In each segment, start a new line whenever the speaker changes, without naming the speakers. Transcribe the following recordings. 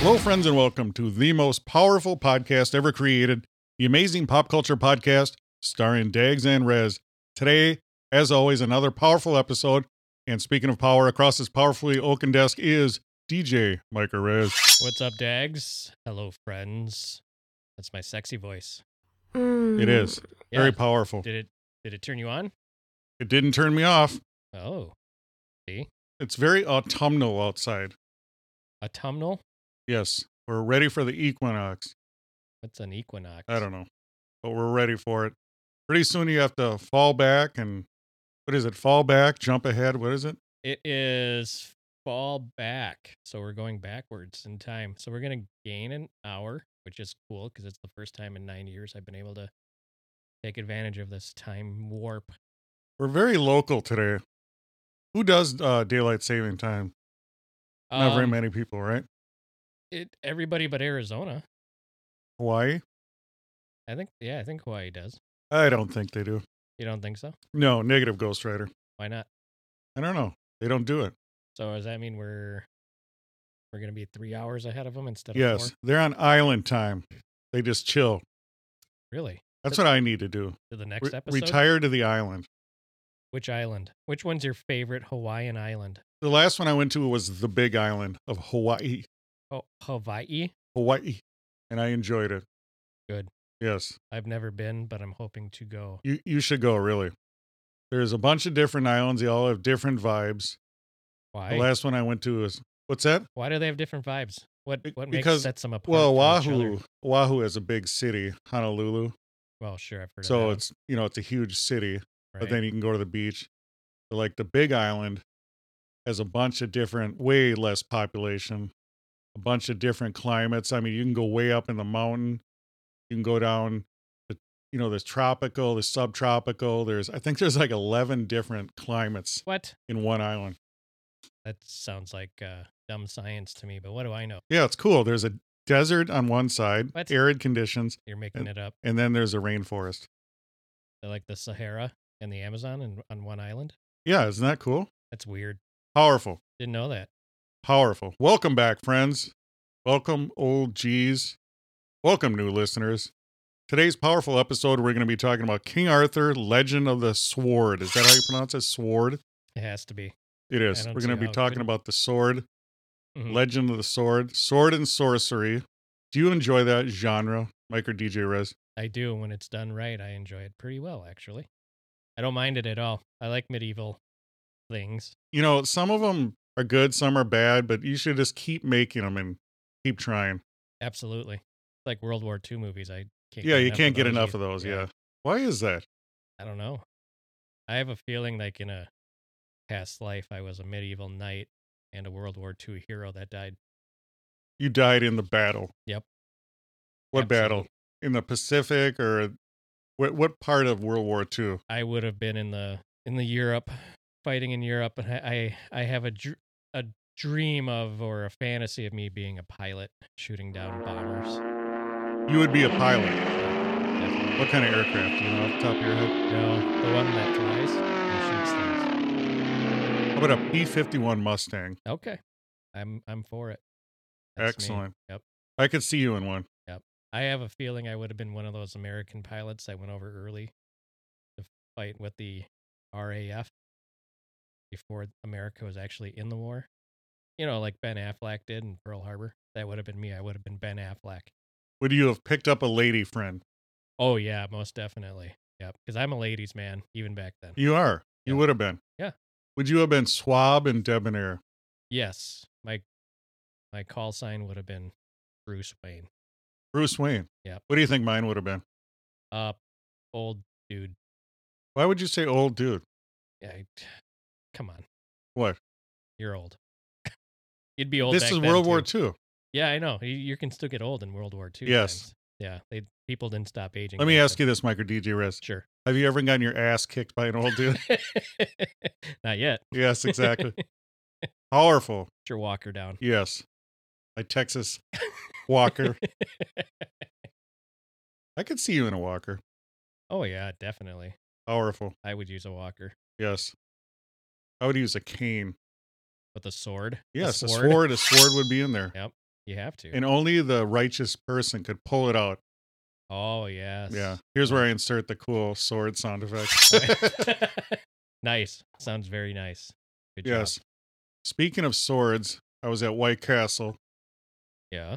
Hello, friends, and welcome to the most powerful podcast ever created, the Amazing Pop Culture Podcast, starring Dags and Rez. Today, as always, another powerful episode. And speaking of power, across this powerfully oaken desk is DJ Mike Rez.
What's up, Dags? Hello, friends. That's my sexy voice.
It is very
Yeah.
powerful.
Did it? Did it turn you on?
It didn't turn me off.
Oh, see,
It's very autumnal outside.
autumnal.
Yes, we're ready for the equinox.
What's an equinox?
I don't know, but we're ready for it. Pretty soon, you have to fall back and what is it? Fall back, jump ahead. What is it?
It is fall back, so we're going backwards in time. So we're gonna gain an hour, which is cool because it's the first time in nine years I've been able to take advantage of this time warp.
We're very local today. Who does uh, daylight saving time? Not very
Um,
many people, right?
It everybody but Arizona.
Hawaii?
I think. Yeah, I think Hawaii does.
I don't think they do.
You don't think so?
No, negative Ghost Rider.
Why not?
I don't know. They don't do it.
So does that mean we're we're gonna be three hours ahead of them instead of
Yes,
four?
they're on island time. They just chill.
Really?
That's what I need to do.
To the next
Re-
episode?
retire to the island.
Which island? Which one's your favorite Hawaiian island?
The last one I went to was the Big Island of Hawaii.
Oh, Hawaii.
Hawaii, and I enjoyed it.
Good.
Yes,
I've never been, but I'm hoping to go.
you you should go. Really, there's a bunch of different islands. They all have different vibes.
Why?
The last one I went to is what's that?
Why do they have different vibes? What
Be-
what makes
because-
sets them apart?
Well,
from each other?
Oahu, Oahu is a big city, Honolulu.
Well, sure, I've heard of that.
So
one,
it's you know it's a huge city, but
right?
then you can go to the beach. But like the Big Island has a bunch of different, way less population, a bunch of different climates. I mean, you can go way up in the mountain, you can go down. The, you know, there's tropical, there's subtropical. There's I think there's like eleven different climates
what?
in one island.
That sounds like uh, dumb science to me. But what do I know?
Yeah, it's cool. There's a desert on one side,
What?
arid conditions,
You're making it up.
and then there's a rainforest.
They're like the Sahara and the Amazon and on one island.
Yeah, isn't that cool?
That's weird.
Powerful.
Didn't know that.
Powerful. Welcome back, friends. Welcome, old G's. Welcome, new listeners. Today's powerful episode, we're going to be talking about King Arthur, Legend of the Sword. Is that how you pronounce it? Sword?
It has to be.
It is.
don't
We're going to
see
be
how it
talking
couldn't.
about the sword,
Mhm.
Legend of the Sword, Sword and Sorcery. Do you enjoy that genre, Mike or DJ Rez?
I do when it's done right. I enjoy it pretty well, actually. I don't mind it at all. I like medieval things.
You know, some of them are good, some are bad, but you should just keep making them and keep trying.
Absolutely. It's like World War II movies. I can't.
Yeah, you can't get
those
enough
either.
of those. Yeah. Why is that?
I don't know. I have a feeling like in a past life, I was a medieval knight and a World War II hero that died.
You died in the battle.
Yep.
What
Absolutely.
battle? In the Pacific or what, what part of World War II?
I would have been in the in the Europe, fighting in Europe, and I I, I have a dr- a dream of or a fantasy of me being a pilot shooting down bombers.
You would be a pilot.
Definitely.
What kind of aircraft? Do you know off the top of your head?
No, the one that flies and shoots things.
How about a P 51 Mustang?
Okay, I'm I'm for it. me.
Excellent.
Yep.
I could see you in one.
I have a feeling I would have been one of those American pilots that went over early to fight with the RAF before America was actually in the war. You know, like Ben Affleck did in Pearl Harbor. That would have been me. I would have been Ben Affleck.
Would you have picked up a lady friend?
Oh yeah, most definitely. Yep, because I'm a ladies' man even back then.
You are. You
Yeah.
would have been.
Yeah.
Would you have been suave and debonair?
Yes, my my call sign would have been Bruce Wayne.
Bruce Wayne.
Yep.
What do you think mine would have been?
Uh, old dude.
Why would you say old dude?
I, come on,
What?
you're old. You'd be old.
this
back
is
then,
World War
too.
II.
Yeah, I know. You, you can still get old in World War II.
Yes.
times. Yeah, they people didn't stop aging.
Let me
back
ask you this, Mike or DJ Riz.
then. Sure.
Have you ever gotten your ass kicked by an old dude?
Not yet.
yes, exactly. Powerful.
Put your walker down.
Yes. My Texas walker. I could see you in a walker.
Oh yeah, definitely.
Powerful.
I would use a walker
Yes. I would use a cane.
with a sword.
Yes, a sword. A sword would be in there.
Yeah. You have to.
And only the righteous person could pull it out.
oh yes.
Yeah. Here's where I insert the cool sword sound effect.
nice. Sounds very nice. Good job.
yes. Speaking of swords, I was at White Castle.
Yeah,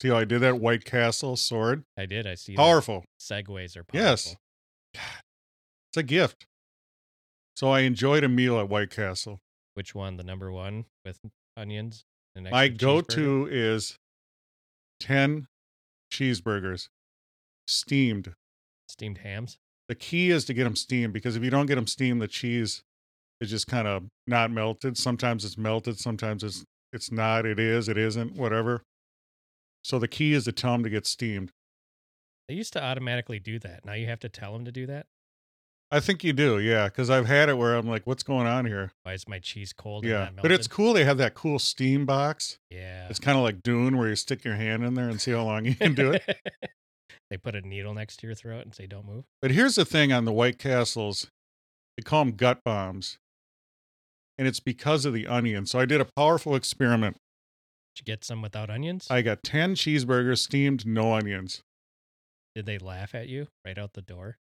See how I did that? White Castle sword.
I did. I see. that.
Powerful.
Segways are powerful.
Yes. It's a gift. So I enjoyed a meal at White Castle.
Which one? The number one with onions. and an
My
extra
go
cheeseburger?
to is 10 cheeseburgers steamed.
steamed hams.
The key is to get them steamed because if you don't get them steamed, the cheese is just kind of not melted. Sometimes it's melted, sometimes it's it's not, it is, it isn't, whatever. So the key is to tell them to get steamed.
They used to automatically do that. Now you have to tell them to do that.
I think you do, yeah, because I've had it where I'm like, what's going on here?
Why is my cheese cold?
Yeah,
and not
but it's
melted?
cool. They have that cool steam box.
Yeah,
It's kind of like Dune, where you stick your hand in there and see how long you can do it.
they put a needle next to your throat and say, "Don't move."
But here's the thing on the White Castles, they call them gut bombs, and it's because of the onion. So I did a powerful experiment.
Did you get some without onions?
I got ten cheeseburgers steamed, no onions.
Did they laugh at you right out the door?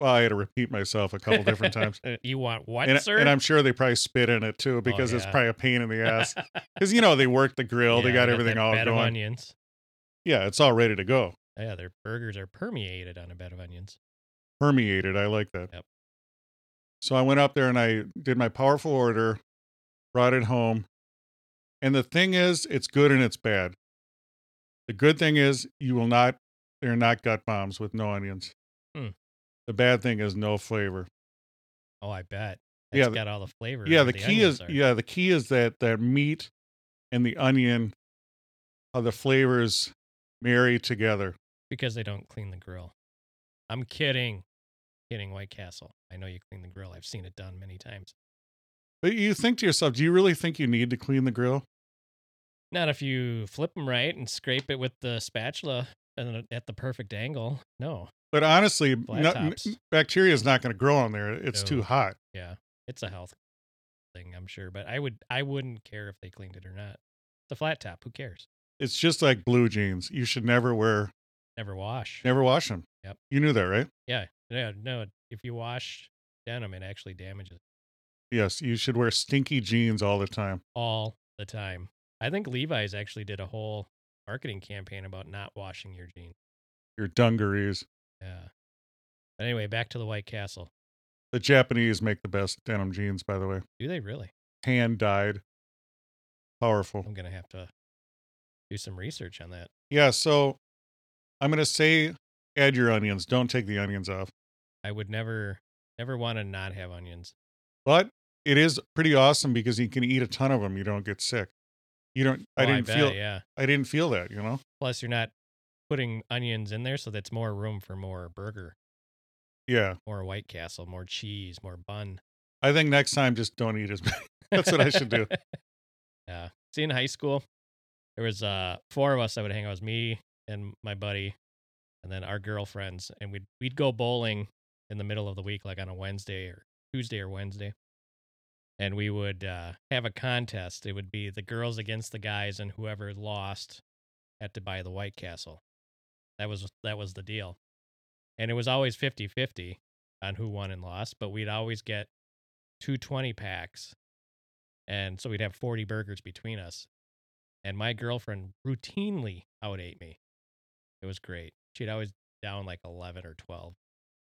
Well, I had to repeat myself a couple different times.
you want what,
And,
sir? Oh,
and I'm sure they probably spit in it too because it's
yeah.
probably a pain in the ass. Because, you know, they worked the grill, they
Yeah,
got
that
everything all
bed of
going.
onions.
Yeah, it's all ready to go.
Yeah, their burgers are permeated on a bed of onions.
permeated. I like that.
Yep.
So I went up there and I did my powerful order, brought it home. And the thing is, it's good and it's bad. The good thing is, you will not, they're not gut bombs with no onions.
Hmm.
The bad thing is no flavor.
Oh, I bet. It's
Yeah, the-
got all the flavor.
yeah,
of
the, key
onions
is,
are.
yeah, the key is that that meat and the onion, how the flavors marry together.
because they don't clean the grill. I'm kidding, kidding. White Castle. I know you clean the grill. I've seen it done many times.
But you think to yourself, do you really think you need to clean the grill?
Not if you flip them right and scrape it with the spatula and at the perfect angle. No,
But honestly,
Flat
no-
tops.
n- bacteria is not going to grow on there. It's
No.
too hot.
yeah, it's a health thing, I'm sure. But I would, I wouldn't care if they cleaned it or not. It's a flat top. Who cares?
It's just like blue jeans. You should never wear,
Never wash.
never wash them.
Yep.
You knew that, right?
Yeah, yeah, no. If you wash denim, it actually damages
Yes. You should wear stinky jeans all the time.
all the time. I think Levi's actually did a whole marketing campaign about not washing your jeans.
Your dungarees.
Yeah. But anyway, back to the White Castle.
The Japanese make the best denim jeans, by the way.
Do they really?
Hand dyed. Powerful.
I'm gonna have to do some research on that.
Yeah. So I'm going to say add your onions. Don't take the onions off.
I would never, never want to not have onions.
But it is pretty awesome because you can eat a ton of them. You don't get sick. You don't, I
Oh,
didn't
bet,
feel,
Yeah.
I didn't feel that, you know?
Plus, you're not putting onions in there, so that's more room for more burger,
Yeah.
more White Castle, more cheese, more bun.
I think next time just don't eat as many. That's what I should do.
Yeah. See, in high school, there was uh four of us that would hang out. It was me and my buddy, and then our girlfriends, and we'd we'd go bowling in the middle of the week, like on a Wednesday or Tuesday or Wednesday, and we would uh, have a contest. It would be the girls against the guys, and whoever lost had to buy the White Castle. That was that was the deal, and it was always 50-50 on who won and lost. But we'd always get two twenty packs and so we'd have 40 burgers between us. And my girlfriend routinely outate me. It was great. She'd always down like 11 or 12.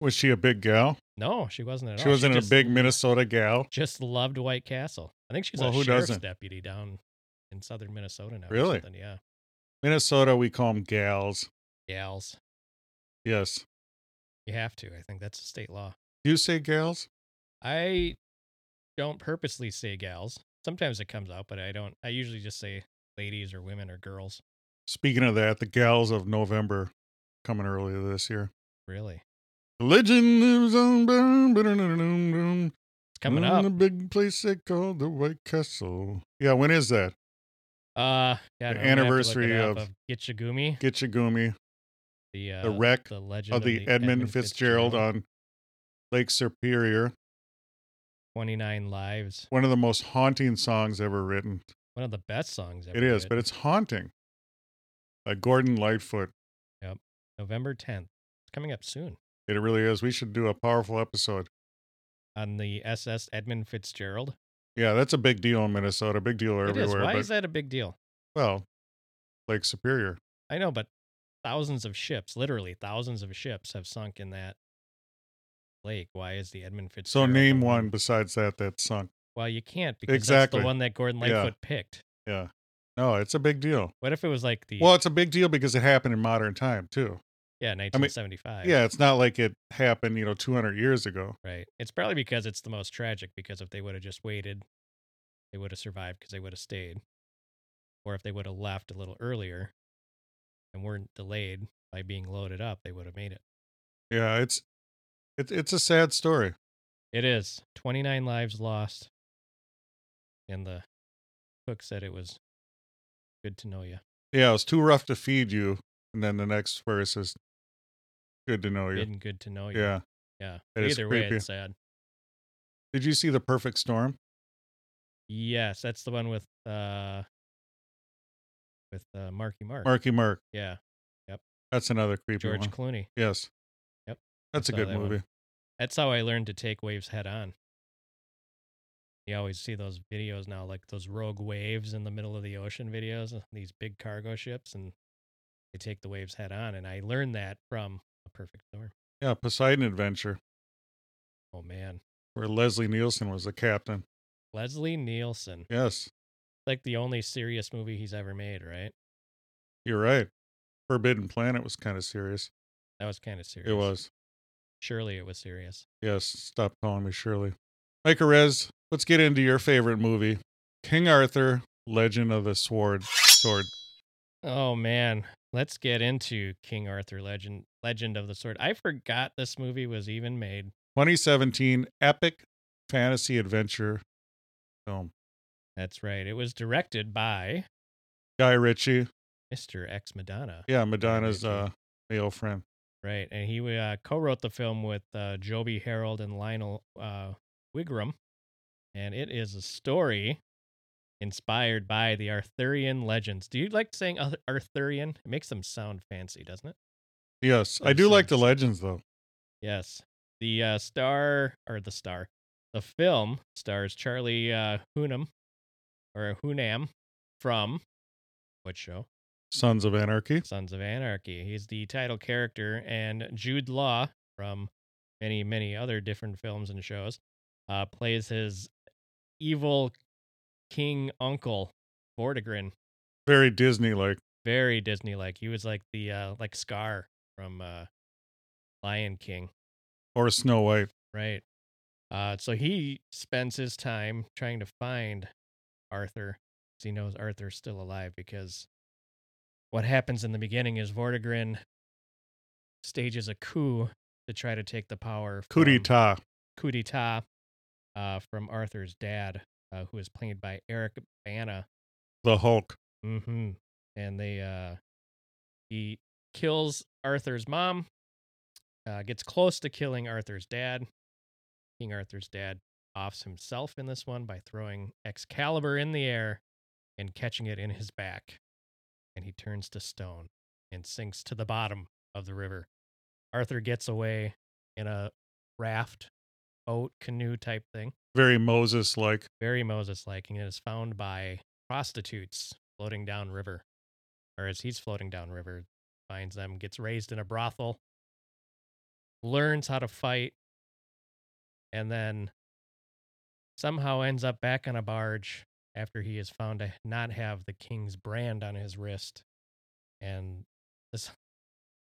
Was she a big gal?
No, she wasn't at all.
She wasn't
just
a big
lo-
Minnesota gal.
Just loved White Castle. I think she's
Well,
a
who
sheriff's
doesn't?
deputy down in southern Minnesota now. or
Really?
something, Yeah.
Minnesota, we call them gals.
gals.
Yes.
You have to. I think that's a state law.
Do you say gals?
I don't purposely say gals. Sometimes it comes out, but I don't. I usually just say ladies or women or girls.
Speaking of that, the gals of November coming earlier this year.
Really,
Religion lives on. Coming
it's coming
In a
up.
big place they call the White Castle. Yeah, when is that?
Uh,
The
yeah, no, I'm gonna have to look it
anniversary
up,
of-
Gitchagumi,
Get your Gumi
the uh,
the wreck
the legend
of the, Edmund, Fitzgerald, on Lake Superior.
Twenty Nine Lives,
One of the most haunting songs ever written.
one of the best songs ever.
It is, but
written.
it's haunting. By Gordon Lightfoot.
November tenth. It's coming up soon
It really is. We should do a powerful episode.
on the SS Edmund Fitzgerald.
Yeah, that's a big deal in Minnesota. Big deal
It
everywhere.
is. Why
but,
is that a big deal?
Well, Lake Superior.
I know, but thousands of ships, literally thousands of ships, have sunk in that lake. Why is the Edmund
So
Fitzgerald? the
name one besides that that sunk.
Well, you can't because that's
Exactly.
the one that Gordon
Yeah.
Lightfoot picked.
Yeah. No, it's a big deal.
What if it was like the
Well, it's a big deal because it happened in modern time too.
yeah 1975?
Yeah, it's not like it happened, you know, 200 years ago.
Right. It's probably because it's the most tragic because if they would have just waited, they would have survived because they would have stayed. Or if they would have left a little earlier and weren't delayed by being loaded up, they would have made it.
Yeah, it's it's it's a sad story.
It is 29 lives lost. And the cook said it was good to know you.
Yeah, it was too rough to feed you, and then the next verse is good to know you.
Been good to know you.
Oh, Yeah.
Yeah.
That is
Either way,
creepy.
it's sad.
Did you see the perfect storm?
Yes, that's the one with uh with uh, Marky Mark.
Marky Mark.
Yeah,
That's another creepy
George
one.
Clooney.
Yes.
Yep,
That's a
saw
good
that one.
movie.
That's how I learned to take waves head on. You always see those videos now, like those rogue waves in the middle of the ocean videos, uh, these big cargo ships, and they take the waves head on. And I learned that from A Perfect Storm.
Yeah, Poseidon Adventure,
Oh, man.
where Leslie Nielsen was the captain.
Leslie Nielsen,
Yes,
like the only serious movie he's ever made, right?
you're right. Forbidden Planet was kind of serious.
That was kind of serious.
It was.
Surely it was serious.
Yes, stop calling me Shirley. Mike Arez, let's get into your favorite movie King Arthur, Legend of the Sword. Sword.
Oh, man. Let's get into King Arthur Legend, Legend of the Sword. I forgot this movie was even made.
2017 epic fantasy adventure film.
That's right. It was directed by
Guy Ritchie.
Mr. X Madonna.
Yeah, Madonna's uh,
Ritchie.
male friend.
Right, and he uh, co-wrote the film with uh, Joby Harold and Lionel uh, Wigram, and it is a story inspired by the Arthurian legends. Do you like saying Ar- Arthurian? It makes them sound fancy, doesn't it?
Yes, I
Those
do like the
things.
legends though.
Yes. The uh, star or the star, the film stars Charlie uh, Hunnam or Hunnam from what show?
Sons of Anarchy.
Sons of Anarchy. He's the title character, and Jude Law from many, many other different films and shows uh, plays his evil king uncle, Vortigern.
Very Disney like.
Very Disney like. He was like the uh, like Scar from uh, Lion King,
or Snow White.
right? Uh, so he spends his time trying to find Arthur. 'cause He knows Arthur's still alive because what happens in the beginning is Vortigern stages a coup to try to take the power.
Coup
from-
d'etat.
coup d'etat uh, from Arthur's dad, uh, who is played by Eric Bana.
The Hulk.
Mm-hmm. And they uh, he kills Arthur's mom, uh, gets close to killing Arthur's dad. King Arthur's dad offs himself in this one by throwing Excalibur in the air and catching it in his back, and he turns to stone and sinks to the bottom of the river. Arthur gets away in a raft, boat, canoe type thing
Very Moses like.
very Moses like, and it is found by prostitutes floating down river. Or as he's floating down river, finds them, gets raised in a brothel, learns how to fight, and then somehow ends up back on a barge after he is found to not have the king's brand on his wrist. And this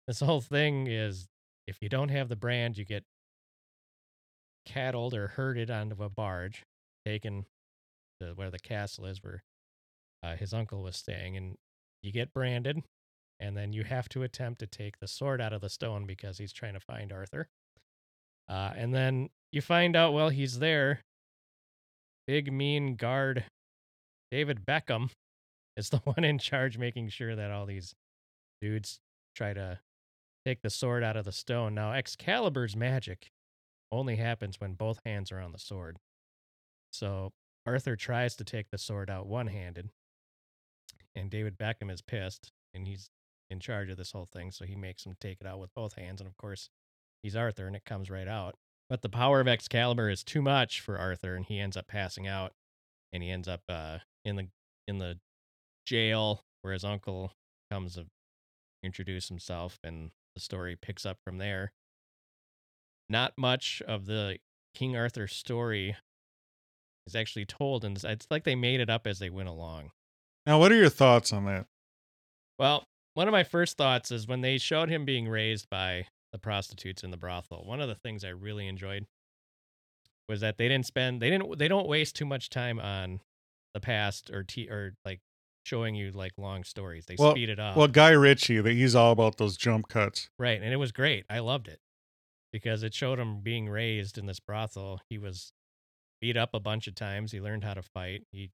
This whole thing is if you don't have the brand, you get cattled or herded onto a barge, taken to where the castle is, where uh, his uncle was staying, and you get branded, and then you have to attempt to take the sword out of the stone because he's trying to find Arthur. Uh, and then you find out while he's there, big mean guard David Beckham is the one in charge, making sure that all these dudes try to take the sword out of the stone. Now, Excalibur's magic only happens when both hands are on the sword. So Arthur tries to take the sword out one handed, and David Beckham is pissed, and he's in charge of this whole thing. So he makes him take it out with both hands. And of course, he's Arthur, and it comes right out. But the power of Excalibur is too much for Arthur, and he ends up passing out, and he ends up uh, in the in the jail where his uncle comes to introduce himself, and the story picks up from there. Not much of the King Arthur story is actually told, and it's- it's like they made it up as they went along.
Now, what are your thoughts on that?
Well, one of my first thoughts is when they showed him being raised by the prostitutes in the brothel. One of the things I really enjoyed was that they didn't spend they didn't they don't waste too much time on the past or t or like showing you like long stories. They
Well-
speed it up.
Well, Guy Ritchie, that he's all about those jump cuts.
Right, and it was great. I loved it because it showed him being raised in this brothel. He was beat up a bunch of times. He learned how to fight. He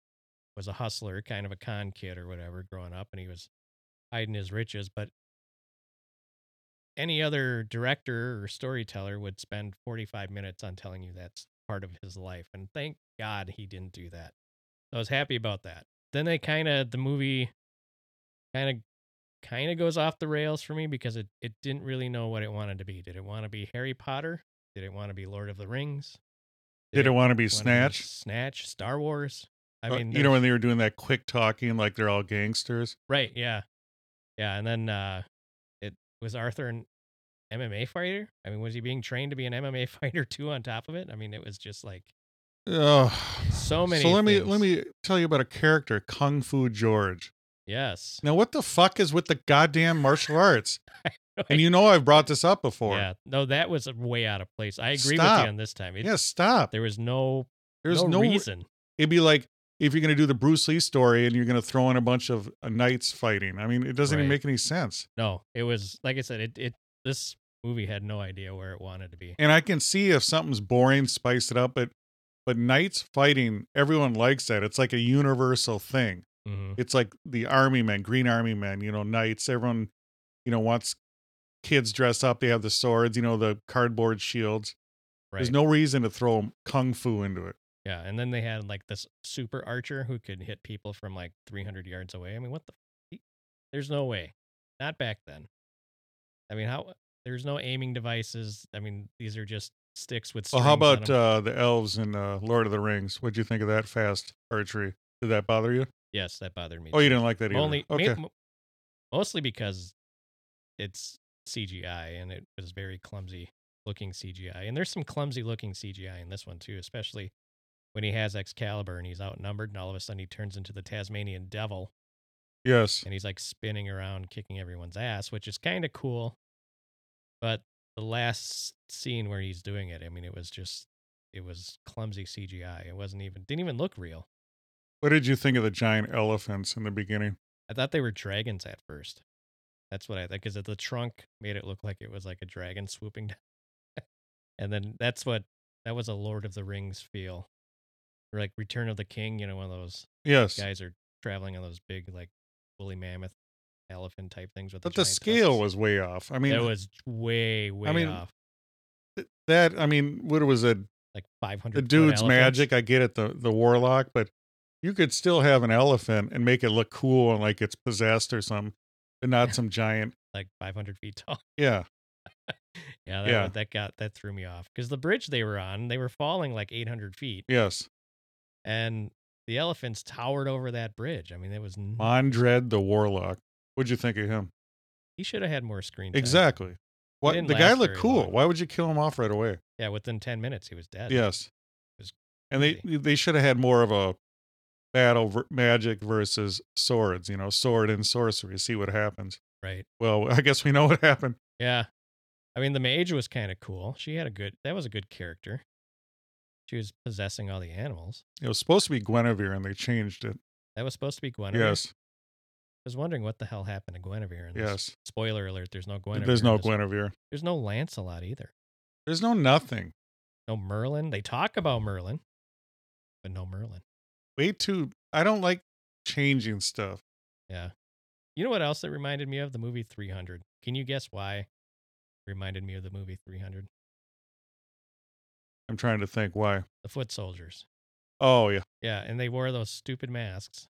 was a hustler, kind of a con kid or whatever, growing up, and he was hiding his riches. But any other director or storyteller would spend 45 minutes on telling you that's part of his life. And thank God he didn't do that. I was happy about that. Then they kind of, the movie kind of kind of goes off the rails for me because it, it didn't really know what it wanted to be. Did it want to be Harry Potter? Did it want to be Lord of the Rings?
Did it want to be
wanna be
Snatch?
Snatch, Star Wars. I
Uh,
mean,
you know,
there's-
when they were doing that quick talking like they're all gangsters?
right? Yeah, yeah. And then uh it was Arthur an MMA fighter. I mean, was he being trained to be an MMA fighter too? On top of it, I mean, it was just like
Oh,
So many
So let me
things.
let me tell you about a character, Kung Fu George.
yes,
Now, what the fuck is with the goddamn martial arts? and you know, I've brought this up before.
yeah. No, that was way out of place. I agree with
Stop.
you on this time. It,
Yeah, stop.
there was no
There's no, re-
reason.
It'd be like if you're going to do the Bruce Lee story and you're going to throw in a bunch of uh, knights fighting. I mean, it doesn't even
Right.
make any sense.
No, it was like I said. It it this movie had no idea where it wanted to be.
And I can see if something's boring, spice it up. But but knights fighting, everyone likes that. It's like a universal thing.
Mhm.
It's like the army men, green army men. You know, knights. Everyone, you know, wants kids dress up. They have the swords. You know, the cardboard shields. There's
Right.
no reason to throw kung fu into it.
Yeah, and then they had like this super archer who could hit people from like 300 yards away. I mean, what the? f- There's no way. Not back then. I mean, how? There's no aiming devices. I mean, these are just sticks with.
Well, how about
strings on 'em.
uh, the elves in uh, Lord of the Rings? What'd you think of that fast archery? Did that bother you?
yes, that bothered me.
Oh, you
too.
didn't like that either.
Only ma-
okay.
mo- mostly because it's CGI and it was very clumsy looking CGI. And there's some clumsy looking CGI in this one too, especially when he has Excalibur and he's outnumbered and all of a sudden he turns into the Tasmanian devil
yes.
and he's like spinning around kicking everyone's ass which is kind of cool but the last scene where he's doing it i mean it was just it was clumsy cgi it wasn't even didn't even look real
What did you think of the giant elephants in the beginning?
i thought they were dragons at first that's what i thought because the trunk made it look like it was like a dragon swooping down and then that's what that was a lord of the rings feel or like return of the king you know one of those
Yes.
guys are traveling on those big like woolly mammoth elephant type things with
but the
giant
scale
tusks.
was way off. I mean,
that was way way
mean,
off.
th- that, I mean, what was it?
Like five hundred.
The dude's magic. I get it, the, the warlock, but you could still have an elephant and make it look cool and like it's possessed or something, but not some giant.
like five hundred feet tall.
Yeah.
Yeah, that,
Yeah.
that got that threw me off because the bridge they were on, they were falling like eight hundred feet,
Yes.
and the elephants towered over that bridge. I mean, it was n-
Mondred the warlock. What'd you think of him?
he should have had more screen. time.
Exactly. What
didn't
the guy
last
looked
very
cool.
long.
Why would you kill him off right away?
Yeah, within ten minutes he was dead.
Yes.
was
And they
crazy.
they should have had more of a battle ver- magic versus swords, you know, sword and sorcery, see what happens.
Right.
Well, I guess we know what happened.
Yeah. I mean, the mage was kind of cool. She had a good, that was a good character. She was possessing all the animals.
It was supposed to be Guinevere, and they changed it.
That was supposed to be Guinevere.
Yes,
I was wondering what the hell happened to Guinevere. In this.
yes.
Spoiler alert, there's no Guinevere.
There's
in
no
this-
Guinevere.
There's no Lancelot either.
There's no nothing.
No Merlin. They talk about Merlin, but no Merlin.
Way too. I don't like changing stuff.
Yeah. You know what else that reminded me of? The movie 300. Can you guess why it reminded me of the movie 300?
I'm trying to think why.
The foot soldiers.
Oh yeah,
Yeah, and they wore those stupid masks.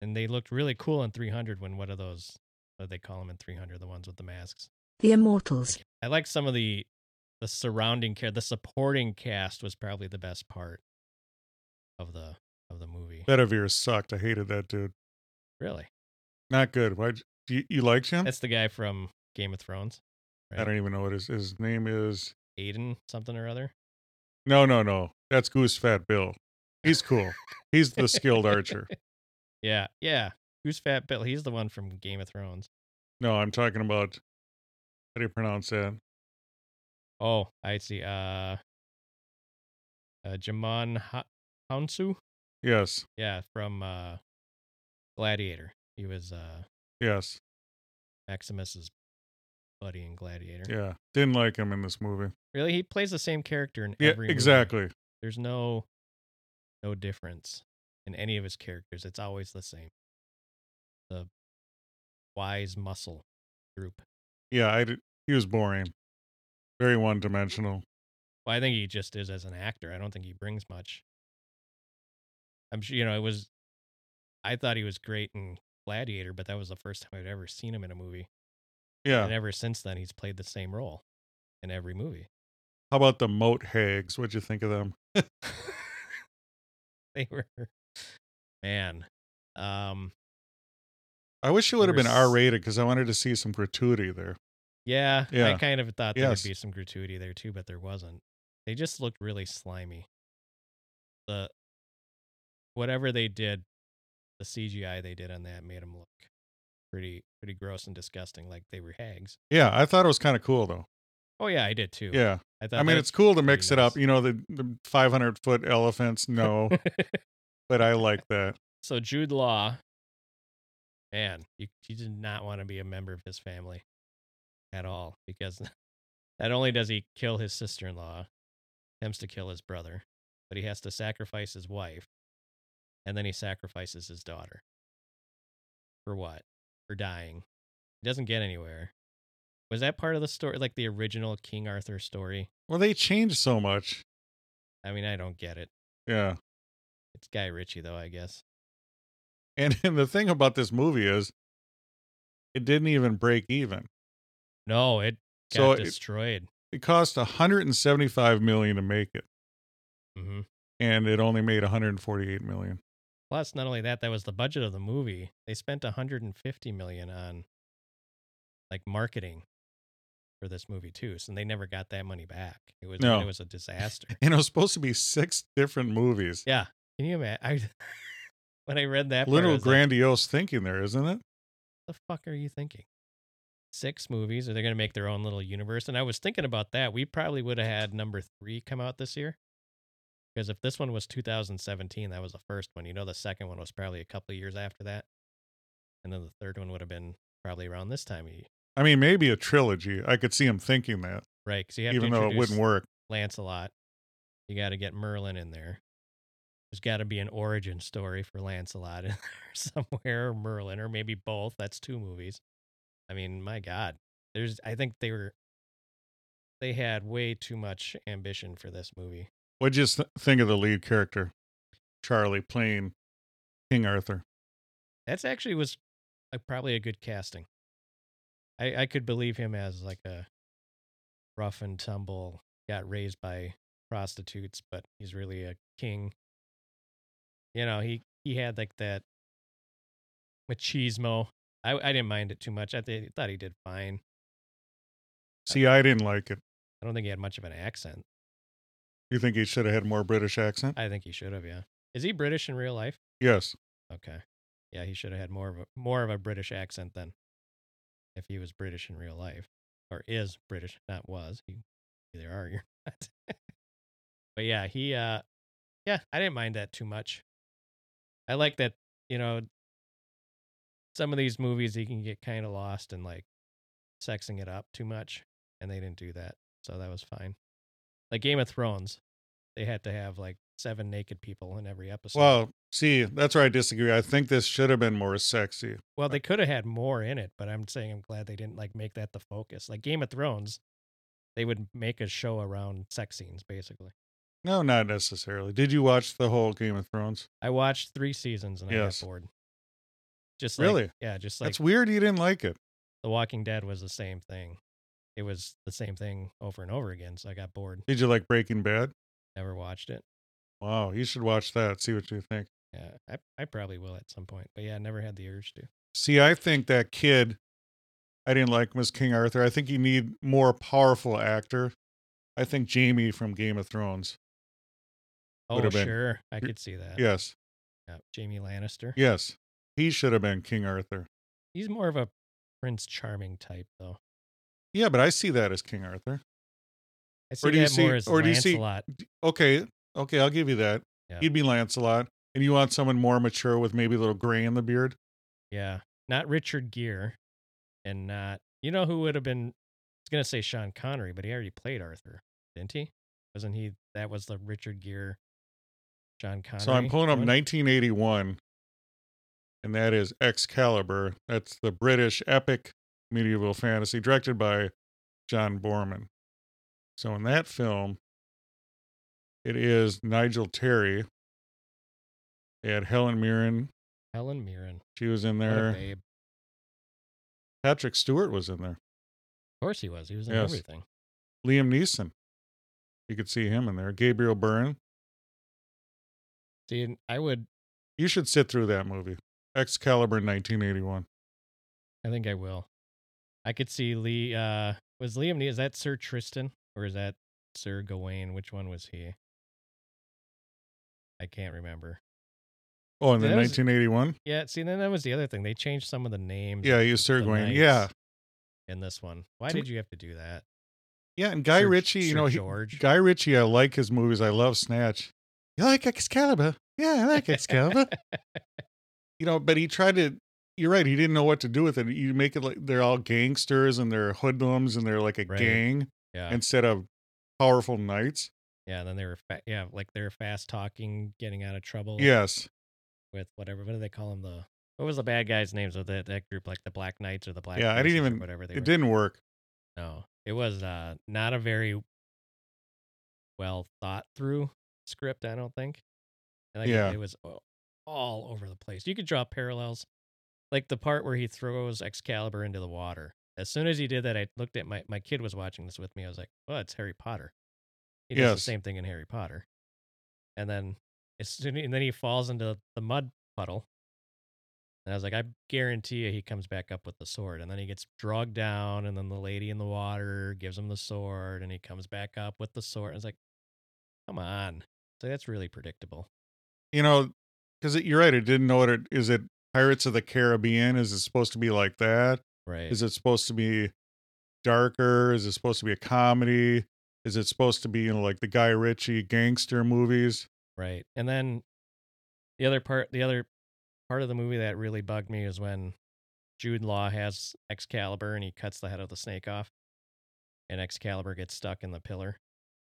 And they looked really cool in 300 when one of those, what do they call them in 300, the ones with the masks.
The Immortals.
I like some of the the surrounding care, the supporting cast was probably the best part of the of the movie.
Bedivere sucked. I hated that dude.
Really,
Not good. Why? do You, you liked him?
that's the guy from Game of Thrones,
I don't even know what his his name is.
Aiden something or other.
No, no, no. That's Goose Fat Bill. He's cool. He's the skilled archer.
Yeah, yeah. Who's Fat Bill? He's the one from Game of Thrones.
No, I'm talking about. How do you pronounce that?
Oh, I see. Uh, uh Jamon Ha- Hansu.
Yes,
Yeah, from uh Gladiator. He was uh
yes,
Maximus's buddy in Gladiator.
yeah. Didn't like him in this movie.
Really, he plays the same character in
Yeah,
every movie.
exactly.
There's no no difference in any of his characters. It's always the same. The wise muscle group.
Yeah, I did, he was boring, very one dimensional.
Well, I think he just is as an actor. I don't think he brings much. I'm sure you know it was. I thought he was great in Gladiator, but that was the first time I'd ever seen him in a movie.
Yeah.
And ever since then, he's played the same role in every movie.
How about the moat hags? What'd you think of them?
They were, man. Um,
I wish it would have been
There's-
R rated because I wanted to see some gratuity there.
yeah, I
Yeah.
kind of thought there
Yes.
would be some gratuity there too, but there wasn't. They just looked really slimy. The whatever they did, the CGI they did on that made them look pretty pretty gross and disgusting, like they were hags.
Yeah, I thought it was kind of cool though.
Oh yeah, I did too.
Yeah,
I thought.
I mean
that-
it's cool to
pretty
mix it up.
nice.
You know the, the 500 foot elephants. No, but I like that.
so Jude Law, man, you, you did not want to be a member of his family at all because not only does he kill his sister in law, attempts to kill his brother, but he has to sacrifice his wife and then he sacrifices his daughter. For what? For dying. He doesn't get anywhere. Was that part of the story, like the original King Arthur story?
Well, they changed so much.
I mean, I don't get it.
Yeah,
It's Guy Ritchie, though, I guess.
and and the thing about this movie is, it didn't even break even.
No, it got
So it-
destroyed.
It cost 175 million to make it,
hmm
and it only made 148 million.
Plus, not only that, that was the budget of the movie. They spent 150 million on like marketing for this movie too, so they never got that money back. It was
No.
it was a disaster.
And it was supposed to be six different movies.
yeah, can you imagine? I, when I read that, part, I
Little
was like,
grandiose thinking there, isn't it?
the fuck are you thinking? Six movies, are they going to make their own little universe? And I was thinking about that. We probably would have had number three come out this year. Because if this one was 2017, that was the first one. You know, the second one was probably a couple of years after that. And then the third one would have been probably around this time. of ye-
I mean, maybe a trilogy. I could see him thinking that,
Right. Because you have
even
to
though it wouldn't
introduce
work.
Lancelot. You got to get Merlin in there. There's got to be an origin story for Lancelot in there somewhere, or Merlin, or maybe both. That's two movies. I mean, my God, there's. I think they were. They had way too much ambition for this movie.
What'd you th- think of the lead character, Charlie, playing King Arthur?
That's actually was like probably a good casting. I I could believe him as like a rough and tumble, got raised by prostitutes, but he's really a king. You know, he he had like that machismo. I I didn't mind it too much. I th- thought he did fine.
See, I didn't like it.
I don't think he had much of an accent.
You think he should have had more British accent?
I think he should have, yeah. Is he British in real life?
yes.
Okay. Yeah, he should have had more of a more of a British accent then. if he was British in real life or is British, not was. You either are or you're not. but yeah, he uh yeah, I didn't mind that too much. I like that, you know, some of these movies you can get kind of lost in like sexing it up too much and they didn't do that. So that was fine. Like Game of Thrones, they had to have like seven naked people in every episode.
Well, see, that's where I disagree. I think this should have been more sexy.
Well, they could have had more in it, but I'm saying I'm glad they didn't like make that the focus. Like Game of Thrones, they would make a show around sex scenes basically.
No, not necessarily. Did you watch the whole Game of Thrones?
I watched three seasons and
Yes.
I got bored. Just like,
Really?
yeah, just like
that's weird you didn't like it.
The Walking Dead was the same thing. It was the same thing over and over again, so I got bored.
Did you like Breaking Bad?
Never watched it.
Wow, you should watch that. See what you think.
Yeah, I, I probably will at some point, but yeah, I never had the urge to.
See, I think that kid, I didn't like was King Arthur. I think you need more powerful actor. I think Jamie from Game of Thrones. Would
Oh,
have been.
sure, I
Y-
could see that.
Yes,
Yeah, Jamie Lannister.
yes, he should have been King Arthur.
He's more of a Prince Charming type, though.
Yeah, but I see that as King Arthur.
I see
do you
that
see-
more as
or do you see-
Lancelot.
Okay, okay, I'll give you that.
Yeah.
He'd be Lancelot, and you want someone more mature with maybe a little gray in the beard.
Yeah, not Richard Gere, and not you know who would have been. I was gonna say Sean Connery, but he already played Arthur, didn't he? Wasn't he? That was the Richard Gere, Sean Connery.
So I'm pulling up
one?
1981, and that is Excalibur. That's the British epic medieval fantasy directed by John Borman. So in that film, it is Nigel Terry. They had Helen Mirren.
Helen Mirren.
She was in
What a
there.
babe. Of
Patrick Stewart was in there.
course he was. He was in
Yes.
everything.
Liam Neeson. You could see him in there. Gabriel Byrne.
See, and I would.
You should sit through that movie. Excalibur 1981.
I think I will. I could see Lee. uh Was Liam? Ne- Is that Sir Tristan or is that Sir Gawain? Which one was he? I can't remember.
Oh, and then
That was-
1981?
Yeah, see, then that was the other thing. They changed some of the names.
Yeah,
of
he
the-
was Sir
the
Gawain.
knights
Yeah.
In this one, why
To me-
did you have to do that?
Yeah, and Guy
Sir-
Ritchie, you
Sir
know, he,
George.
Guy Ritchie, I like his movies. I love Snatch. You like Excalibur? Yeah, I like Excalibur. you know, but he tried to. You're right. He didn't know what to do with it. You make it like they're all gangsters and they're hoodlums and they're like a
Right.
gang
yeah,
instead of powerful knights.
yeah. Then they were, fa- yeah, like they're fast talking, getting out of trouble.
Yes,
with whatever. What do they call them? The what was the bad guys' names of that that group? Like the Black Knights or the Black.
Yeah, I didn't
Faces or
even-
whatever they
it
were.
didn't work.
No, it was uh not a very well thought through script. I don't think. And like,
Yeah.
it was a- all over the place. You could draw parallels, like the part where he throws Excalibur into the water. As soon as he did that, I looked at my my kid was watching this with me. I was like, "Oh, it's Harry Potter." He does the
Yes.
same thing in Harry Potter, and then as soon and then he falls into the mud puddle. And I was like, I guarantee you he comes back up with the sword. And then he gets drugged down, and then the lady in the water gives him the sword, and he comes back up with the sword. I was like, come on. So that's really predictable.
You know, because you're right. It didn't know what it is. It Pirates of the Caribbean. Is it supposed to be like that?
Right.
Is it supposed to be darker? Is it supposed to be a comedy? Is it supposed to be you know like the Guy Ritchie gangster movies?
Right. And then the other part the other part of the movie that really bugged me is when Jude Law has Excalibur and he cuts the head of the snake off and Excalibur gets stuck in the pillar.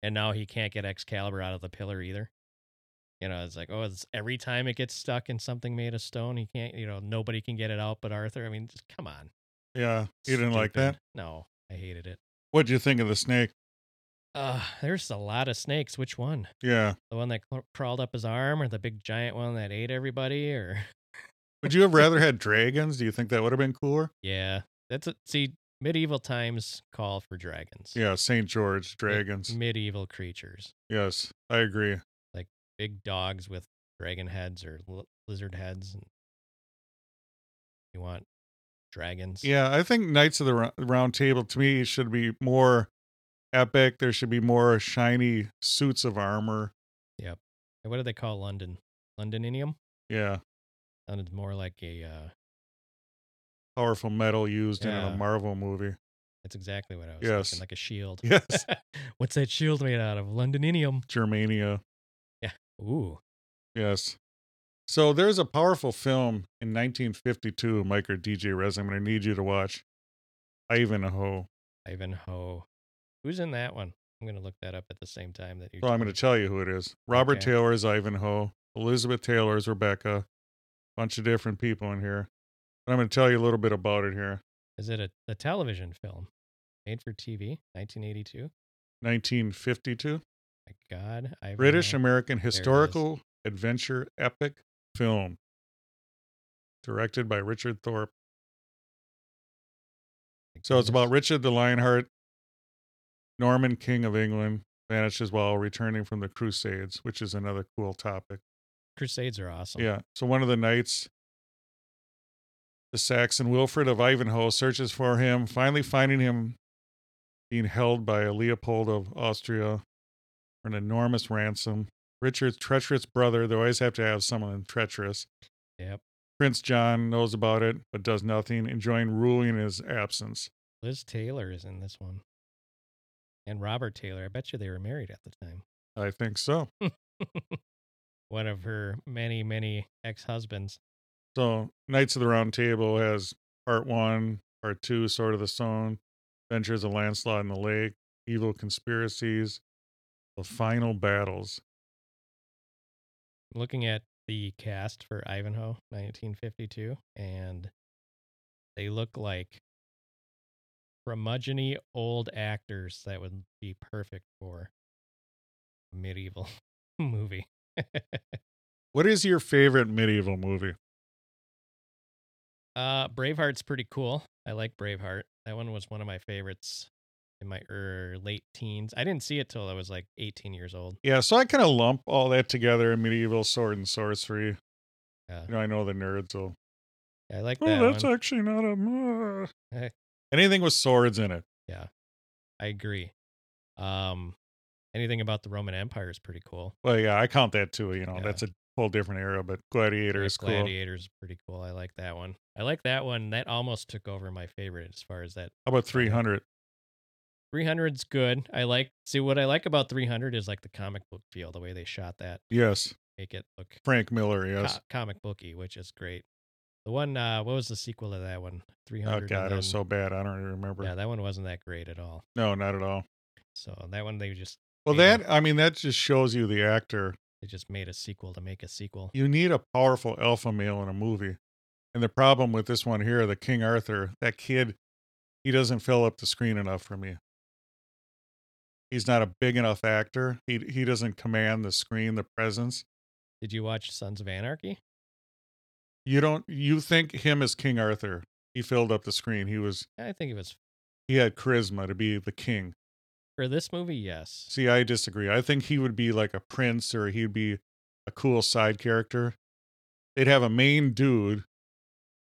And now he can't get Excalibur out of the pillar either. You know, it's like, oh, it's every time it gets stuck in something made of stone, he can't, you know, nobody can get it out but Arthur. I mean, just come on.
Yeah, you didn't like
stupid.
that.
No, I hated it.
What would you think of the snake?
Uh, there's a lot of snakes. Which one?
Yeah.
The one that cl- crawled up his arm, or the big giant one that ate everybody, or
Would you have rather had dragons? Do you think that would have been cooler?
yeah, that's a see medieval times call for dragons.
Yeah, Saint George
Mi-
dragons.
medieval creatures,
Yes, I agree.
big dogs with dragon heads or li- lizard heads. And you want dragons?
Yeah, I think Knights of the Rou- Round Table to me should be more epic. There should be more shiny suits of armor.
What do they call London? Londoninium.
Yeah.
Sounded more like a uh,
powerful metal used in
Yeah.
a Marvel movie.
That's exactly what I was
Yes.
thinking, like a shield.
Yes,
What's that shield made out of? Londoninium.
Germania.
Ooh.
Yes. So there's a powerful film in 1952, Mike or DJ Res. I'm going to need you to watch Ivanhoe.
Ivanhoe. Who's in that one? I'm gonna look that up at the same time that you.
Well, I'm going to tell you who it is. Robert
Okay.
Taylor is Ivanhoe. Elizabeth Taylor is Rebecca. Bunch of different people in here. But I'm going to tell you a little bit about it here.
Is it a, a television film made for TV, 1982?
1952,
My God, Ivanhoe.
British American
is.
historical adventure epic film, directed by Richard Thorpe.
My
So it's about
goodness.
Richard the Lionheart, Norman King of England, vanishes while returning from the Crusades, which is another cool topic.
Crusades are awesome.
Yeah. So one of the knights, the Saxon Wilfred of Ivanhoe, searches for him, finally finding him being held by Leopold of Austria for an enormous ransom. Richard's treacherous brother, they always have to have someone treacherous.
Yep.
Prince John knows about it, but does nothing, enjoying ruling in his absence.
Liz Taylor is in this one, and Robert Taylor. I bet you they were married at the time.
I think so.
One of her many, many ex-husbands.
So Knights of the Round Table has part one, part two, Sword of the Stone, Adventures of Lancelot in the Lake, Evil Conspiracies, The Final Battles.
Looking at the cast for Ivanhoe, 1952, and they look like curmudgeony old actors that would be perfect for a medieval movie.
What is your favorite medieval movie?
Uh, Braveheart's pretty cool. I like Braveheart. That one was one of my favorites in my er, late teens. I didn't see it till I was like 18 years old.
Yeah, so I kind of lump all that together in medieval sword and sorcery.
Yeah.
You know, I know the nerds will.
I like
Oh,
that
that's
one.
actually not a. uh."
Eh.
Anything with swords in it.
I agree. Um, anything about the Roman Empire is pretty cool.
Well, yeah, I count that too. You know,
Yeah.
that's a whole different era, but Gladiator
Yeah,
is cool. How
Gladiator's pretty cool. I like that one. I like that one. That almost took over my favorite as far as that
about 300?
300's good. I like see what I like about 300 is like the comic book feel, the way they shot that,
Yes.
make it look
Frank Miller,
co-
yes.
comic booky, which is great. The one, uh, what was the sequel to that one? Three
Oh
hundred.
god, it was so bad. I don't even remember.
Yeah, that one wasn't that great at all.
no, not at all.
So that one they just
Well,
Yeah.
that I mean, that just shows you the actor.
they just made a sequel to make a sequel.
You need a powerful alpha male in a movie, and the problem with this one here, the King Arthur, that kid, he doesn't fill up the screen enough for me. He's not a big enough actor. He he doesn't command the screen, the presence.
Did you watch Sons of Anarchy?
You don't. You think him as King Arthur? He filled up the screen. He was.
I think it was
He had charisma to be the king.
for this movie. Yes,
See, I disagree. I think he would be like a prince or he'd be a cool side character. They'd have a main dude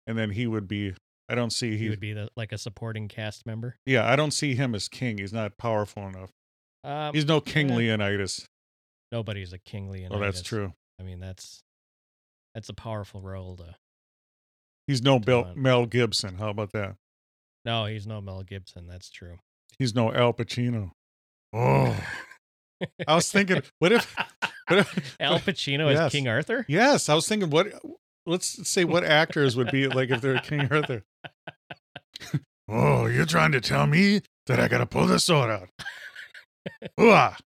and then he would be I don't see
he
he
would be the, like a supporting cast member.
Yeah, I don't see him as king. He's not powerful enough.
Um,
He's no King
yeah.
Leonidas.
nobody's a King Leonidas.
Oh, that's true.
I mean, that's that's a powerful role to.
He's no Bill,
Don.
Mel Gibson. How about that?
No, he's no Mel Gibson. That's true.
He's no Al Pacino. Oh, I was thinking, what if, what if
Al Pacino
Yes.
as King Arthur.
Yes, I was thinking, what? Let's say what actors would be like if they're King Arthur. oh, you're trying to tell me that I gotta pull the sword out? ah. Ooh-ah.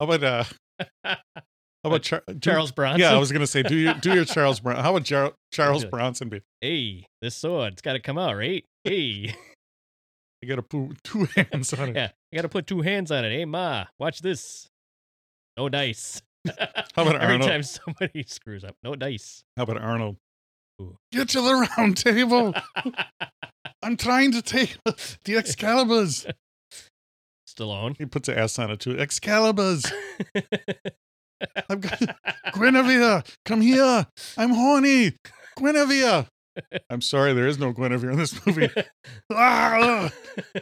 How about uh, how about Char- do-
Charles Bronson.
Yeah, I was gonna say, do you do your Charles Bron? How would Jar- Charles
Really?
Bronson be?
hey, this sword's got to come out, right? Hey,
You gotta put two hands on it.
yeah, I got to put two hands on it. Hey, ma, watch this. No dice.
How about
Every
Arnold?
time somebody screws up, no dice.
How about Arnold?
Ooh.
Get to the round table. I'm trying to take the Excaliburs.
Stallone.
He puts an S on it too. Excaliburs. I've got Guinevere, come here. I'm horny. Guinevere. I'm sorry, there is no Guinevere in this movie. Ah, ugh.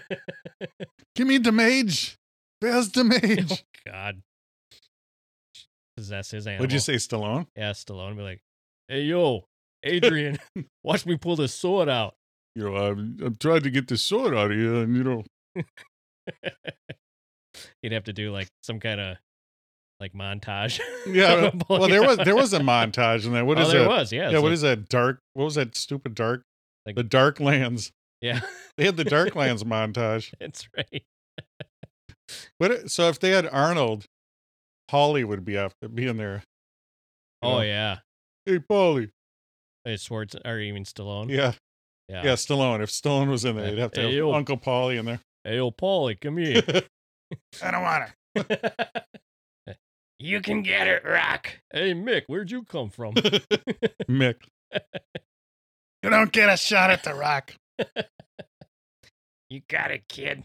give me Demage. Where's
oh,
Demage?
God. Possess his animal.
Would you say Stallone?
Yeah, Stallone would be like, hey, yo, Adrian, watch me pull this sword out.
you know, I'm, I'm trying to get this sword out of you, and you know,
You'd have to do like some kind of like montage.
yeah. uh,
of them
Well,
pulling
there
it
was
out.
there was a montage in there. What
oh,
is
there
that?
was, yeah.
yeah,
it's
what
like-
is that dark? What was that stupid dark?
Like-
the Dark Lands.
Yeah,
They had the Dark Lands montage.
that's right.
But it, so if they had Arnold, Polly would be after be in there. You
Oh
know,
yeah,
Hey, Polly.
it's Schwartz or even Stallone.
Yeah,
yeah.
yeah. Stallone. If Stallone was in there,
Yeah.
you'd have to
Hey,
have
yo.
Uncle Polly in there.
Hey, old Paulie, come here.
I don't want it.
you can get it, Rock. Hey, Mick, where'd you come from?
Mick. you don't get a shot at the rock.
you got it, kid.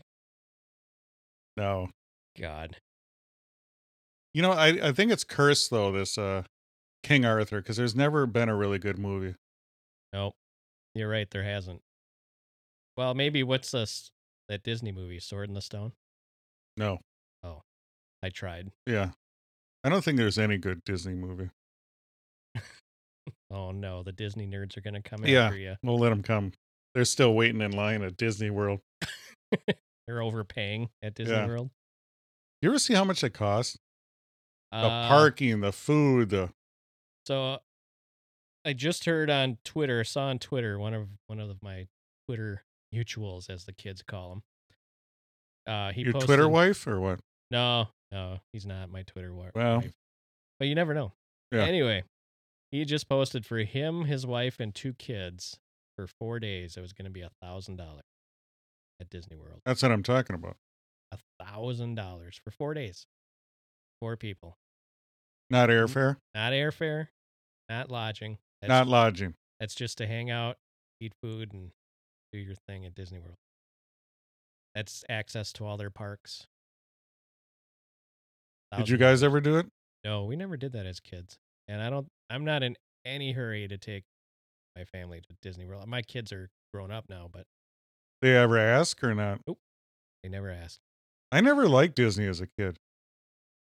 No.
God,
You know, I, I think it's cursed though, this uh King Arthur, because there's never been a really good movie.
no, you're right. There hasn't. Well, maybe what's this that Disney movie, Sword in the Stone?
No.
I tried.
Yeah. I don't think there's any good Disney movie.
Oh no, the Disney nerds are gonna come
Yeah.
after you.
We'll let them come. They're still waiting in line at Disney World.
They're overpaying at Disney
Yeah.
World.
You ever see how much it costs? The
Uh,
parking, the food, the
So I just heard on Twitter, saw on Twitter one of one of my Twitter mutuals, as the kids call them. Uh, he
your
posted,
Twitter wife or what?
No, no, he's not my Twitter wa-
Well.
wife. But you never know.
Yeah.
Anyway, he just posted for him, his wife, and two kids for four days. It was going to be a thousand dollars at Disney World.
That's what I'm talking about.
A thousand dollars for four days, four people.
Not airfare,
Not airfare, not lodging. Mm-hmm. That's
not lodging.
That's just to hang out, eat food, and do your thing at Disney World. That's access to all their parks.
Did you
Thousand-
guys ever do it?
No, we never did that as kids, and I don't. I'm not in any hurry to take my family to Disney World. My kids are grown up now, but
They ever ask or not?
they never asked.
I never liked Disney as a kid.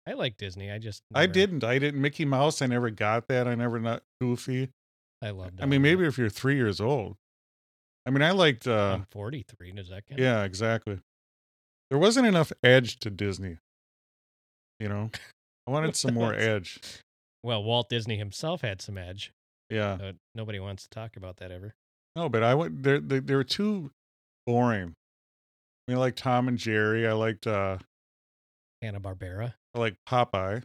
I like Disney. I just
I
never-
didn't. I didn't. Mickey Mouse. I never got that. I never not Goofy.
I loved.
I
all
mean,
of
maybe
it.
if you're three years old. I mean, I liked. uh
I'm 43. Does that count?
Yeah, exactly. There wasn't enough edge to Disney. You know, I wanted some more edge.
Well, Walt Disney himself had some edge.
Yeah.
but nobody wants to talk about that ever.
No, but I went. They they, they were too boring. I mean, I like Tom and Jerry. I liked. uh
Hanna Barbera.
I like Popeye.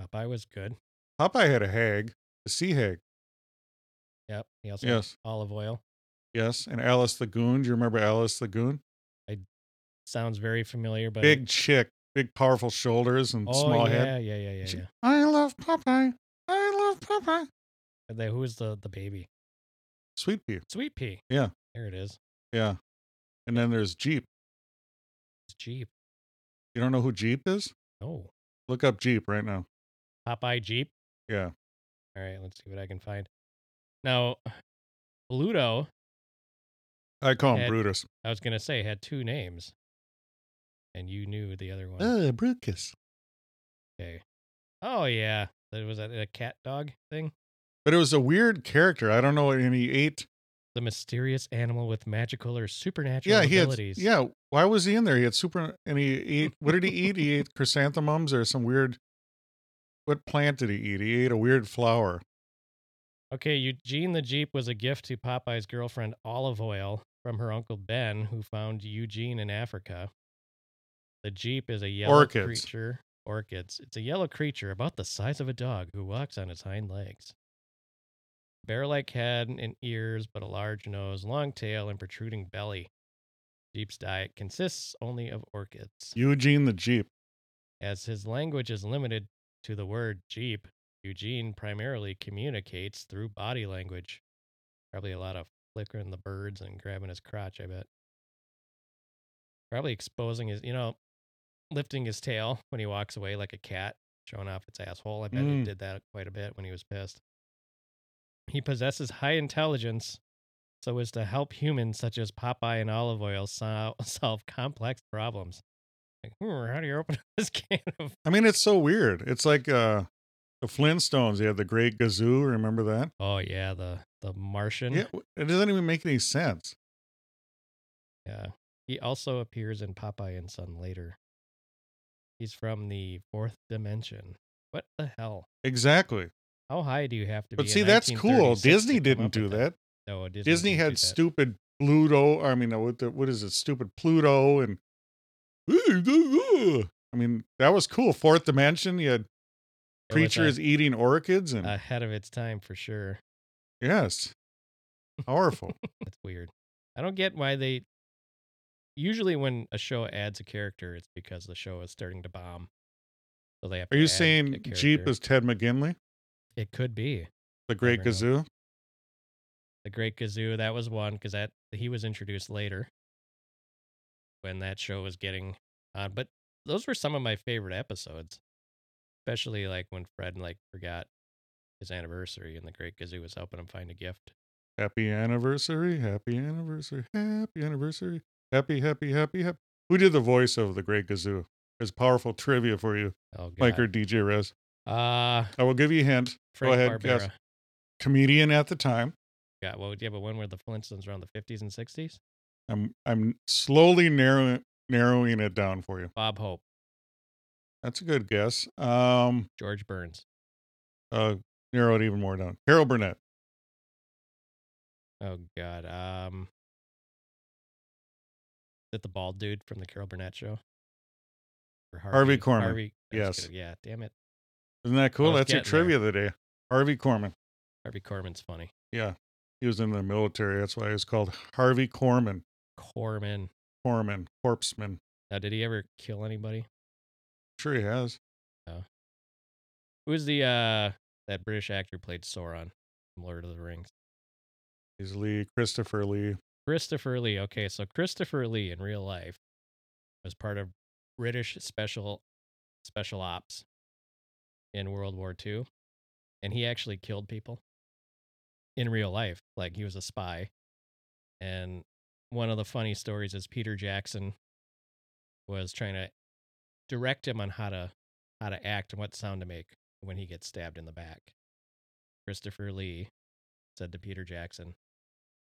Popeye was good.
Popeye had a hag, a sea hag.
Yep. He also had
Yes.
olive oil.
Yes, and Alice the Goon. Do you remember Alice the Goon?
Sounds very familiar, but
Big chick, big powerful shoulders and
oh,
small
yeah,
head.
Yeah, yeah, yeah,
She-
yeah.
I love Popeye. I love Popeye.
And then who is the the baby?
Sweet pea.
Sweet pea.
Yeah.
There it is.
Yeah. And then there's Jeep.
It's Jeep.
You don't know who Jeep is?
Oh.
Look up Jeep right now.
Popeye Jeep.
Yeah.
All right, let's see what I can find. Now, Bluto,
I call him
Ed.
Brutus.
I was gonna say had two names. And you knew the other one.
Oh, Brutus.
Okay. Oh yeah. That was that a cat dog thing?
But it was a weird character. I don't know. And he ate.
The mysterious animal with magical or supernatural
Yeah, he had.
abilities.
Yeah. Why was he in there? He had super. And he ate. What did he eat? He ate chrysanthemums or some weird. What plant did he eat? He ate a weird flower.
Okay, Eugene the Jeep was a gift to Popeye's girlfriend Olive Oil from her uncle Ben, who found Eugene in Africa. The Jeep is a yellow
Orchids.
creature. Orchids. It's a yellow creature about the size of a dog who walks on its hind legs. Bear like head and ears, but a large nose, long tail, and protruding belly. Jeep's diet consists only of orchids.
Eugene the Jeep.
As his language is limited to the word Jeep, Eugene primarily communicates through body language. Probably a lot of flickering the birds and grabbing his crotch, I bet. Probably exposing his, you know, lifting his tail when he walks away like a cat, showing off its asshole. I bet he
Mm.
did that quite a bit when he was pissed. He possesses high intelligence so as to help humans such as Popeye and Olive Oil sol- solve complex problems. Like, hmm, how do you open this can of
I mean, it's so weird. It's like uh the Flintstones. You had the Great Gazoo. Remember that?
Oh yeah, the the Martian.
Yeah, w- it doesn't even make any sense.
Yeah. He also appears in Popeye and Son later. He's from the fourth dimension. What the hell?
Exactly.
How high do you have to be?
But
in
see, that's cool.
1936 to
Disney
come
didn't
up
do
with
that.
No, Disney,
Disney
didn't do
had
that.
stupid Pluto. I mean, uh, what, the, what is it? Stupid Pluto and. I mean, that was cool. Fourth dimension. You had
It was, uh,
creatures eating orchids and
ahead of its time for sure.
yes, powerful.
That's weird. I don't get why they. Usually, when a show adds a character, it's because the show is starting to bomb. So they have.
Are
to
you
add a
saying Jeep
character.
is Ted McGinley,
It could be
the Great
Never
Gazoo?
the Great Gazoo. That was one because that he was introduced later when that show was getting on. But those were some of my favorite episodes, especially like when Fred like forgot his anniversary and the Great Gazoo was helping him find a gift.
Happy anniversary! Happy anniversary! Happy anniversary! Happy, happy, happy, happy. Who did the voice of the Great Gazoo? It's powerful trivia for you,
Oh god.
Mike or DJ Rez.
Uh
I will give you a hint.
Frank
ahead, guess.
Barbera.
Comedian at the time.
Yeah, well, yeah, but when were the Flintstones around the 50s and 60s?
I'm I'm slowly narrowing narrowing it down for you.
Bob Hope,
That's a good guess. Um,
George Burns.
uh, narrow it even more down. Harold Burnett.
Oh god. Um Is it the bald dude from the Carol Burnett show? Or
Harvey Korman.
Harvey, I was
Yes.
gonna- Yeah, damn it.
Isn't that cool?
was
That's your
getting there.
trivia of the day. Harvey Korman.
Harvey Korman's funny.
Yeah, he was in the military. That's why he was called Harvey Korman.
Korman.
Korman, corpsman.
Now, did he ever kill anybody?
Sure, he has.
Who's the uh that British actor who played Sauron from Lord of the Rings?
He's Lee Christopher Lee.
Christopher Lee. Okay, so Christopher Lee in real life was part of British special special ops in World War II, and he actually killed people in real life. Like he was a spy, and one of the funny stories is Peter Jackson was trying to direct him on how to how to act and what sound to make when he gets stabbed in the back. Christopher Lee said to Peter Jackson,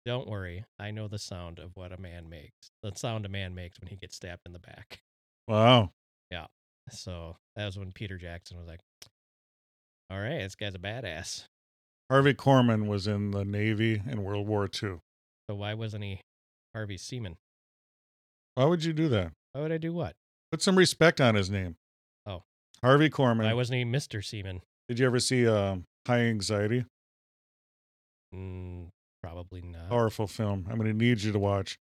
don't worry, I know the sound of what a man makes. The sound a man makes when he gets stabbed in the back.
Wow.
So that was when Peter Jackson was like, All right, this guy's a badass.
Harvey Korman was in the Navy in World War II.
So why wasn't he Harvey Seaman?
Why would you do that?
Why would I do what?
Put some respect on his name.
Oh.
Harvey Korman.
Why wasn't he Mr. Seaman?
Did you ever see um, High Anxiety?
Uh-huh. Mm, probably not.
Powerful film. I'm going to need you to watch.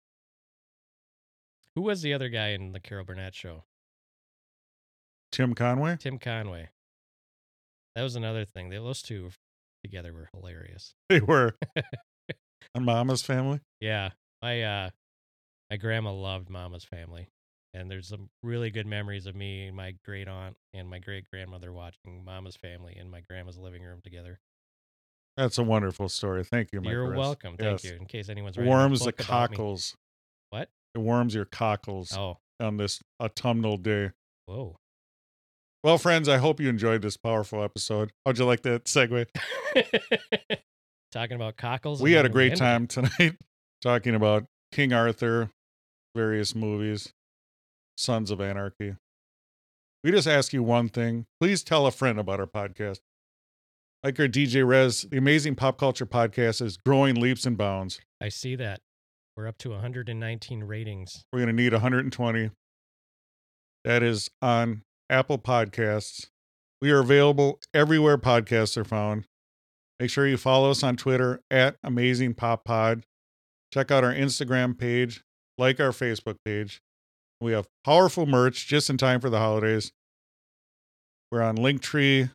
Who was the other guy in the Carol Burnett show?
Tim Conway?
Tim Conway. That was another thing. They- Those two together were hilarious.
They were. on Mama's Family?
Yeah, my uh, my grandma loved Mama's Family, and there's some really good memories of me and my great aunt and my great grandmother watching Mama's Family in my grandma's living room together.
That's a wonderful story. Thank you, my
You're
Chris.
welcome.
Yes.
Thank you. In case anyone's
It
writing a
warms the
book about me.
cockles.
What?
It warms your cockles
Oh,
on this autumnal day.
whoa!
Well, friends, I hope you enjoyed this powerful episode. How'd you like that segue?
Talking about cockles.
We
and
had a
then
great
ended
time tonight talking about King Arthur, various movies, Sons of Anarchy. We just ask you one thing please tell a friend about our podcast. Like our DJ Rez, the amazing pop culture podcast is growing leaps and bounds.
it. I see that we're up to 119 ratings.
We're going to need 120. That is on Apple Podcasts. We are available everywhere podcasts are found. Make sure you follow us on Twitter at Amazing Pop Pod. Check out our Instagram page, like our Facebook page. We have powerful merch just in time for the holidays. We're on Linktree.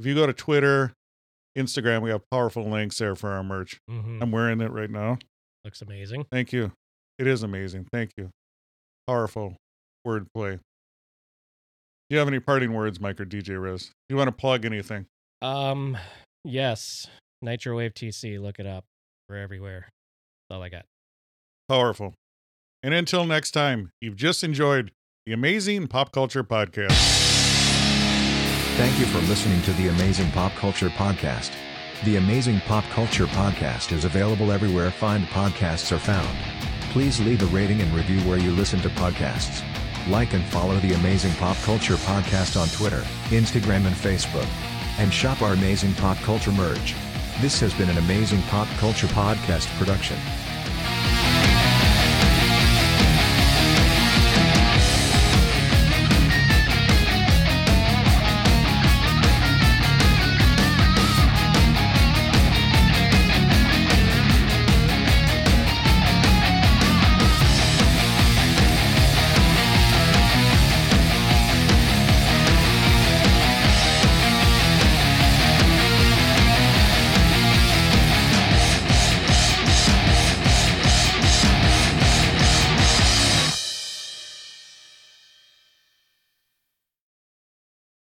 If you go to Twitter, Instagram, we have powerful links there for our merch.
hmm
I'm wearing it right now.
Looks amazing.
Thank you. It is amazing. Thank you. Powerful wordplay. Do you have any parting words, Mike or DJ Riz? You want to plug anything?
Um, yes, Nitrowave TC. Look it up. We're everywhere. That's all I got.
Powerful. And until next time, you've just enjoyed the amazing pop culture podcast.
Thank you for listening to the Amazing Pop Culture Podcast. The Amazing Pop Culture Podcast is available everywhere fine podcasts are found. Please leave a rating and review where you listen to podcasts. Like and follow the Amazing Pop Culture Podcast on Twitter, Instagram, and Facebook. And shop our amazing pop culture merch. This has been an Amazing Pop Culture Podcast production.